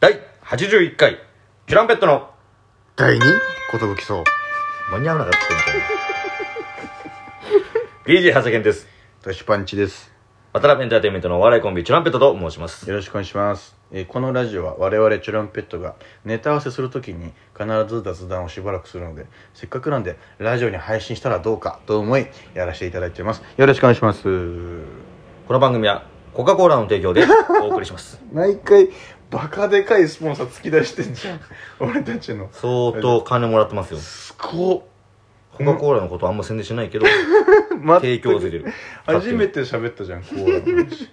第81回チュランペットの第2ことぶきそう間に合わなかったみたいな DJ 長谷健ですトシパンチです渡辺エンターテインメントのお笑いコンビチュランペットと申しますよろしくお願いします、えーこのラジオは我々チュランペットがネタ合わせするときに必ず雑談をしばらくするのでせっかくなんでラジオに配信したらどうかと思いやらせていただいてますよろしくお願いしますこの番組はコカ・コーラの提供でお送りします毎回バカでかいスポンサー突き出してんじゃん 俺たちの相当金もらってますよすごっコカ・コーラのことあんま宣伝してないけど提供出てる初めて喋ったじゃんコーラの話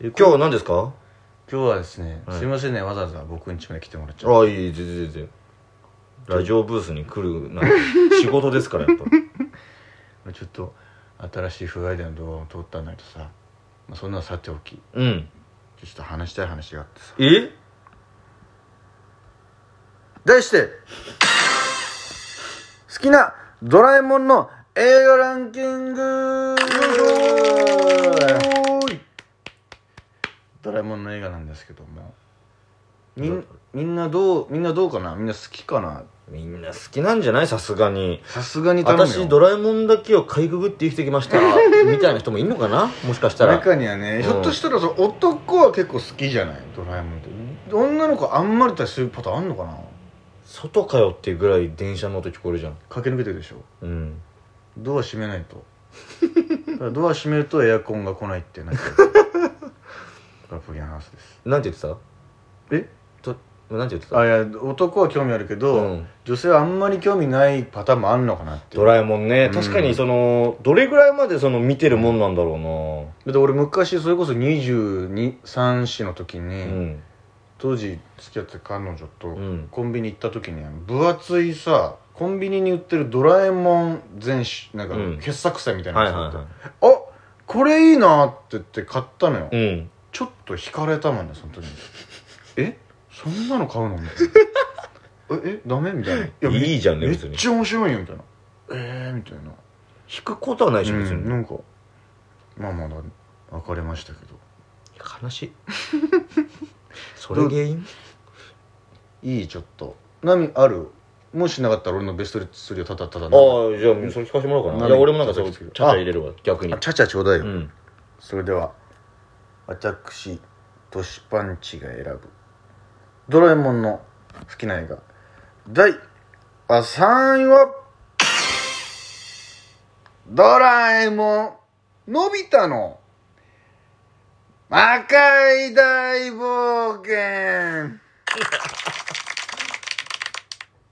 今日は何ですか 今日はですね、はいすいませんねわざわざ僕ん家まで来てもらっちゃうああいい全然全然ラジオブースに来るなんて仕事ですからやっぱちょっと新しい不具合での動画を撮ったんだけどさ、まあ、そんなのさておきちょうんっと話したい話があってさえ題して好きなドラえもんの映画ランキングドラえもんの映画なんですけどもみんみんなどうみんなどうかなみんな好きかなみんな好きなんじゃないさすがにさすがに頼むよ私ドラえもんだけをかいくぐって生きてきました みたいな人もいるのかなもしかしたら中にはねひょっとしたらその男は結構好きじゃないドラえもんって女の子あんまりだったりするパターンあんのかな外かよっていうぐらい電車の音聞こえるじゃん駆け抜けてるでしょうんドア閉めない とだからドア閉めるとエアコンが来ないってなっちゃ うこれはポギャンハウスですなんて言ってたえとなんて言ってたあいや男は興味あるけど、うん女性はあんまり興味ないパターンもあんのかなってドラえもんねうん確かにそのどれぐらいまでその見てるもんなんだろうだって俺昔それこそ223歳の時に、なうん当時付き合ってた彼女とんコンビニ行った時に分厚いさコンビニに売ってる「ドラえもん全種」なんかうん傑作祭みたいなはやいつはがあっていはあこれいいなって言って買ったのよ、いうんちょっと惹かれたもんねそ の時にえそんなの買うのみたい なええダメみたいないやめいいじゃんねめ別にっちゃ面白いよみたいなえー、みたいな引くことはないでしょ別うんになんかまあまだ別れましたけど悲 しいそれ原因いいちょっと何あるもしなかったら俺のベスト3をただただああじゃあそれ聞かせてもらおうかな何いや俺もなんかそうちゃあちゃ入れるわ逆にあちゃちゃちょうだいよ、うんそれでは私トシパンチが選ぶドラえもんの好きな映画第あ3位はドラえもんのび太の赤い大冒険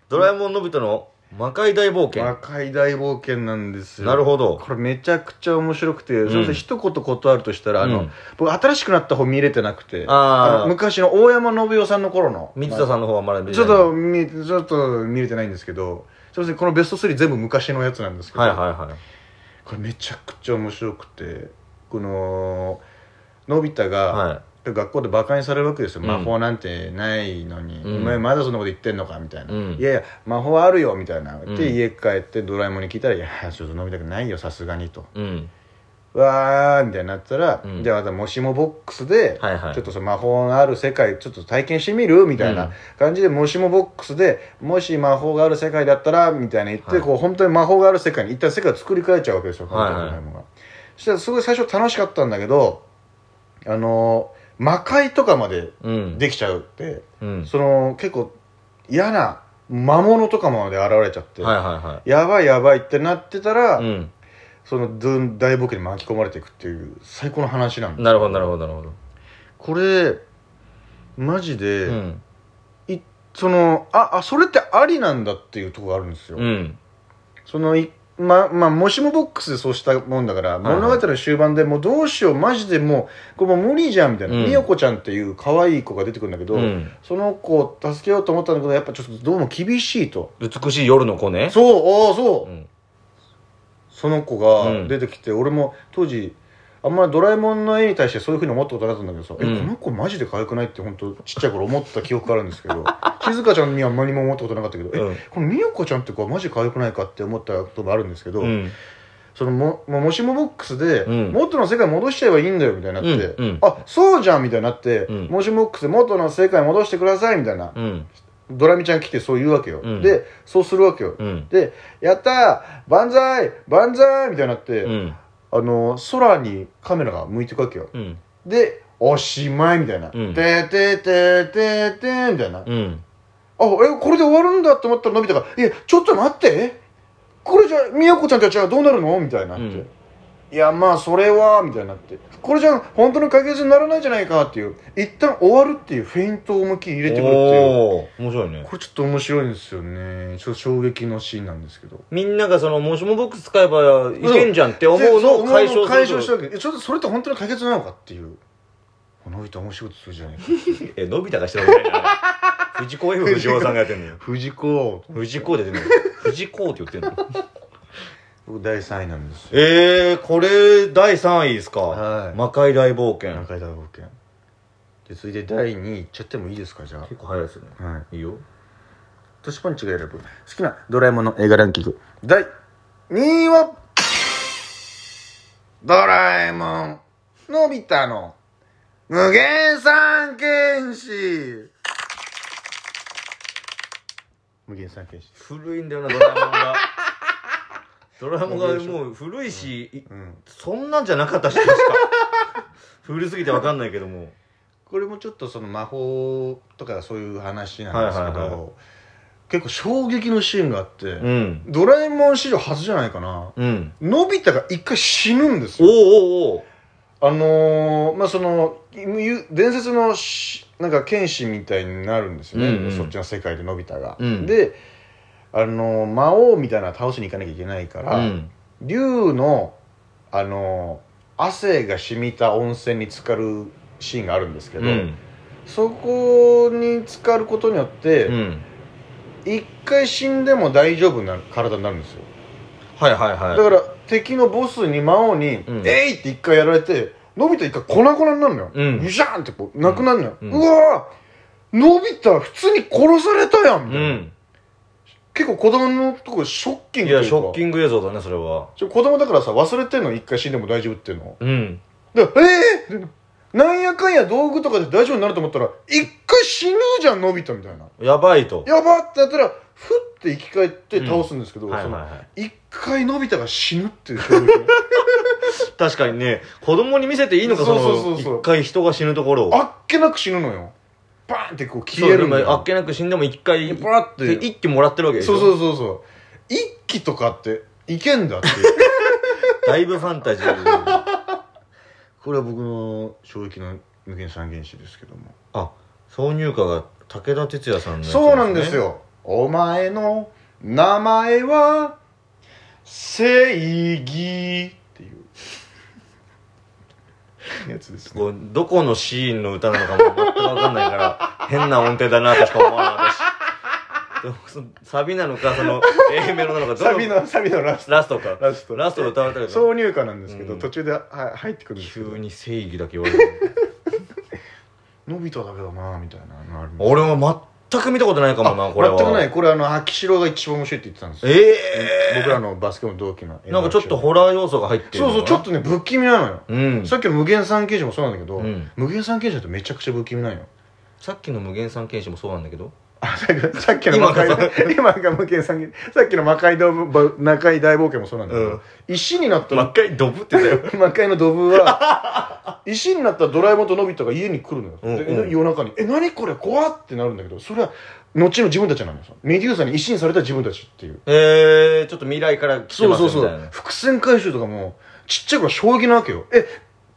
ドラえもんのび太の魔界大冒険赤い大冒険なんですよなるほどこれめちゃくちゃ面白くて、んそれで一言断るとしたらあの、うん僕新しくなった方見れてなくてあーの昔の大山信代さんの頃の水田さんの方はまだちょっと見ちょっと見れてないんですけどすいませんこのベスト3全部昔のやつなんですけど、はいはいはいこれめちゃくちゃ面白くてこののび太が、は学校でバカにされるわけですよ、うん魔法なんてないのに、うんお前まだそんなこと言ってんのかみたいな、うんいやいや魔法あるよみたいな、んで家帰ってドラえもんに聞いたら「いやちょっと飲みたくないよさすがに」というん「うわー」みたいになったら、うんじゃあまたもしもボックスで、はいはいちょっとその魔法のある世界ちょっと体験してみるみたいうんな感じで、もしもボックスでもし魔法がある世界だったらみたいな言って、はいこう本当に魔法がある世界に一旦世界を作り変えちゃうわけですよ、はいはいドラえもんがそしたらすごい最初楽しかったんだけどあのー魔界とかまでうんできちゃうって、うんその結構嫌な魔物とかまで現れちゃって、はいはいはやばいやばいってなってたら、いうんそのどん大冒険に巻き込まれていくっていう最高の話なんだなるほどなるほどなるほどこれマジで、うんいそのああそれってありなんだっていうところがあるんですよ、うんそのいままあもしもボックスでそうしたもんだから、はい物語の終盤でもうどうしようマジでもうこれもう無理じゃんみたいな、うんみよこちゃんっていう可愛い子が出てくるんだけど、うんその子を助けようと思ったんだけどやっぱちょっとどうも厳しいと美しい夜の子ねそうおおそう、うんその子うがん出てきて、俺も当時あんまりドラえもんの絵に対してそういうふうに思ったことなかったんだけどさ、うんえこの子マジで可愛くないって本当ちっちゃい頃思った記憶があるんですけど 静香ちゃんには何も思ったことなかったけど、えうんこの美代子ちゃんって子はマジで可愛くないかって思ったこともあるんですけど、うんそのもももしもボックスで、うん元の世界戻しちゃえばいいんだよみたいになって、うんうんあそうじゃんみたいになって、うんもしもボックスで元の世界戻してくださいみたいな、うんドラミちゃん来てそう言うわけよ、うんでそうするわけよ、うんで「やったー万歳万歳!」みたいになって、うんあの空にカメラが向いていくわけようんで「おしまい」みたいな「うんててててて」みたいな、うんあ、え、これで終わるんだって思ったらのび太が、いや、ちょっと待って、これじゃ、みやこちゃんたちはどうなるのみたいになって、うんいや、まあ、それは、みたいになって、これじゃ、本当の解決にならないじゃないかっていう、一旦終わるっていうフェイントを向き入れてくるっていう、おお面白いねこれちょっと面白いんですよね、ちょっと衝撃のシーンなんですけど。みんながそのもしもボックス使えばいけんじゃんって思うでそのを解消解消しすたるわけえちょっとそれって本当の解決なのかっていう。のび太面白いことするじゃないか。 えのび太がしてるわけじゃない藤子 F 不二雄さんがやってんのよ藤子、藤子で出てんのよ藤子って言ってんの僕第3位なんですよ。えー、これ第3位ですか、はい魔界大冒険南海大冒険で続いて第2位いっちゃってもいいですかじゃ結構早いですよねあはいいいよトシパンチが選ぶ好きなドラえもんの映画ランキング第2位はドラえもんのび太の無限三剣士無限三剣士古いんだよなドラえもん がドラえもんがもう古いし、いうんそんなんじゃなかったし確か 古すぎてわかんないけどもこれもちょっとその魔法とかそういう話なんですけど、はいはいは結構衝撃のシーンがあって、うんドラえもん史上初じゃないかなうんのび太が一回死ぬんですおうよおうおうあのー、まあそのゆ伝説のしなんか剣士みたいになるんですよね、うんうんそっちの世界でのび太が、うんであのー魔王みたいなの倒しに行かなきゃいけないから、うん竜のあのー汗が染みた温泉に浸かるシーンがあるんですけうど、んそこに浸かることによって、うん一回死んでも大丈夫な体になるんですよはいはいはいだから敵のボスに魔王に「うんえい!」って一回やられてのび太一回粉々になるのよ、うんゆしゃーんってこうなくなるのよ、ううんわーのび太普通に殺されたやんみたいな、うん結構子供のとこショッキいングというやかショッキング映像だねそれはちょ子供だからさ忘れてんの一回死んでも大丈夫っていうのうんでえー、なんやかんや道具とかで大丈夫になると思ったら一回死ぬじゃんのび太みたいなやばいとやばってやったらふって生き返って倒すんですけど、はいはいそのはい一回のび太が死ぬっていう衝撃確かにね子供に見せていいのかそそうそうそうそうの一回人が死ぬところをあっけなく死ぬのよバーンってこう消そうえるんだでもあよっけなく死んでも一回パラって一気もらってるわけでしょそうそうそうそう一気とかっていけんだっていうだいぶファンタジー これは僕の衝撃の無限三原子ですけども、あ挿入歌が武田鉄矢さんのやつねそうなんですよお前の名前は正義っていう やつですねこうどこのシーンの歌なのかも全く分かんないから 変な音程だなとしか思わなかったしでもそのサビなのかそ の A メロなのかどのサビのサビのラストラストかラストラストで歌われたけど挿入歌なんですけど、うん途中では入ってくるんですけど急に正義だけ言われてのび太だけどなみたいなのあるんです俺は全く見たことないかもなこれは全くないこれあの秋代が一番面白いって言ってたんですよええ僕らのバスケの同期のなんかちょっとホラー要素が入ってるそうそうちょっとね不気味なのよ、とうんさっきの無限三刑事もそうなんだけど、うん無限三刑事だとめちゃくちゃ不気味なんよさっきの無限三剣士もそうなんだけどあさっ きさっきの魔界今が 今が無限三刑事さっきの魔界大冒魔界大冒険もそうなんだけど、うん石になったっかりドブってたよ魔界のドブは石になったドラえもんとのび太が家に来るのよ、うんでうん夜中に「え何これ怖っ!」ってなるんだけどそれは後の自分たちなんですよメデューサに石にされた自分たちっていうえー、ちょっと未来から来てそうますそみうたいそなう伏線回収とかもちっちゃい頃衝撃なわけよえ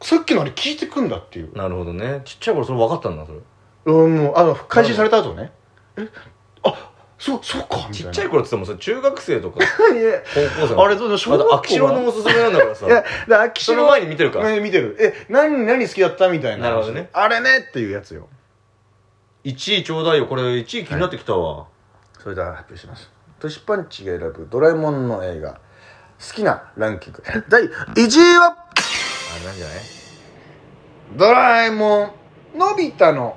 さっきのあれ聞いてくんだっていうなるほどねちっちゃい頃それ分かったんだそれうんもうあの開始された後ねえあそうそうかみたいちなっちゃい頃って言ってもそれ中学生とかいや高校生あれどうぞ小 あ学校とは秋代のおすすめなんだからさいやで秋そ代の前に見てるからね見てるえ何何好きだったみたいななるほどねあれねっていうやつよ1位ちょうだいよこれ1位気になってきたわ、それでは発表しますトシパンチが選ぶドラえもんの映画好きなランキング第1位はあれなんじゃないドラえもんのび太の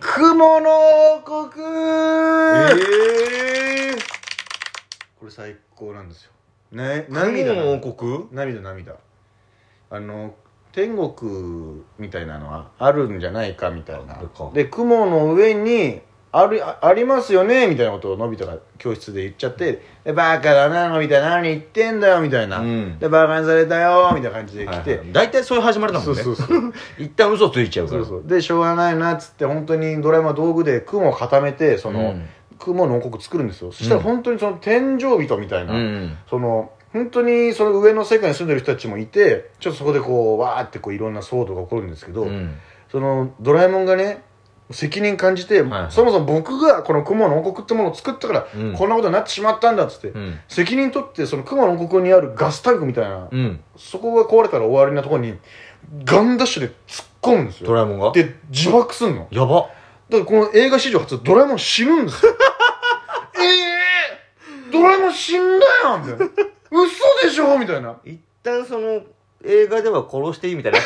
雲の王国、ええこれ最高なんですよね神涙のな王国涙涙あの天国みたいなのはあるんじゃないかみたいなあるかで雲の上にあるあありますよねみたいなことをのび太が教室で言っちゃって「でバカだなのび太何言ってんだよ」みたいな「うんでバカにされたよ」みたいな感じで来て、はいはい大体そういう始まりだもんねそうそうそう一旦嘘ついちゃうかそらうそうでしょうがないなっつって本当にドラえもんは道具で雲を固めてその、うん雲の王国作るんですよそしたら本当にその天井人みたいな、うんその本当にその上の世界に住んでる人たちもいてちょっとそこでこうわーってこういろんな騒動が起こるんですけど、うんそのドラえもんがね責任感じて、いはいそもそも僕がこの雲の王国ってものを作ったから、うんこんなことになってしまったんだっつって、うん責任取ってその雲の王国にあるガスタンクみたいな、うんそこが壊れたら終わりなところにガンダッシュで突っ込むんですドよラえもんがで自爆すんのやばだからこの映画史上初ドラえもん死ぬんです よええドラえもん死んだよみたいな嘘でしょみたいな一旦その映画では殺していいみたいなや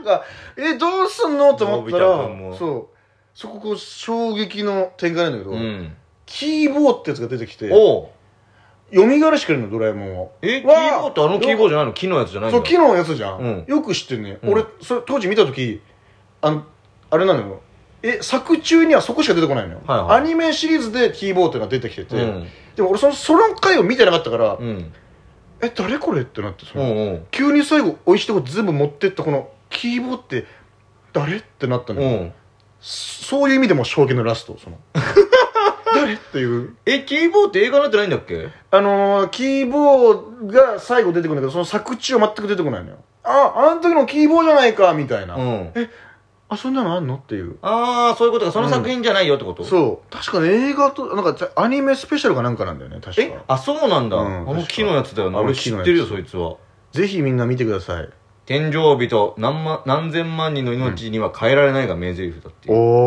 つがえどうすんのと思っのたび太くんらもそうそここう衝撃の展開なんだけど、うんキーボーってやつが出てきておうよみがえらしてくれるのドラえもんをえキわあーボーってあのキーボーじゃないの木のやつじゃないそのう木のやつじゃん、うんよく知ってるね、うん俺それ当時見た時あのあれなのよえ作中にはそこしか出てこないのよ、はいはいアニメシリーズでキーボーっていうのが出てきてて、うんでも俺そのその回を見てなかったから、うんえ誰これってなってそうんうの、ん急に最後美味しいとこ全部持ってったこのキーボーって誰ってなったのうよ、んそういう意味でも衝撃のラストその 誰っていうえキーボーって映画になってないんだっけあのー、キーボーが最後出てくるんだけどその作中は全く出てこないのよああの時のキーボーじゃないかみたいな、うんあそんなのあんのっていうああそういうことかその作品じゃないよってことそう確かね映画となんかちゃアニメスペシャルかなんかなんだよね確えかあそうなんだ、うんあの木のやつだよなあの俺木知のやっつてるよそいつはぜひみんな見てください天井人何万何千万人の命には変えられないが名台詞だっていうおー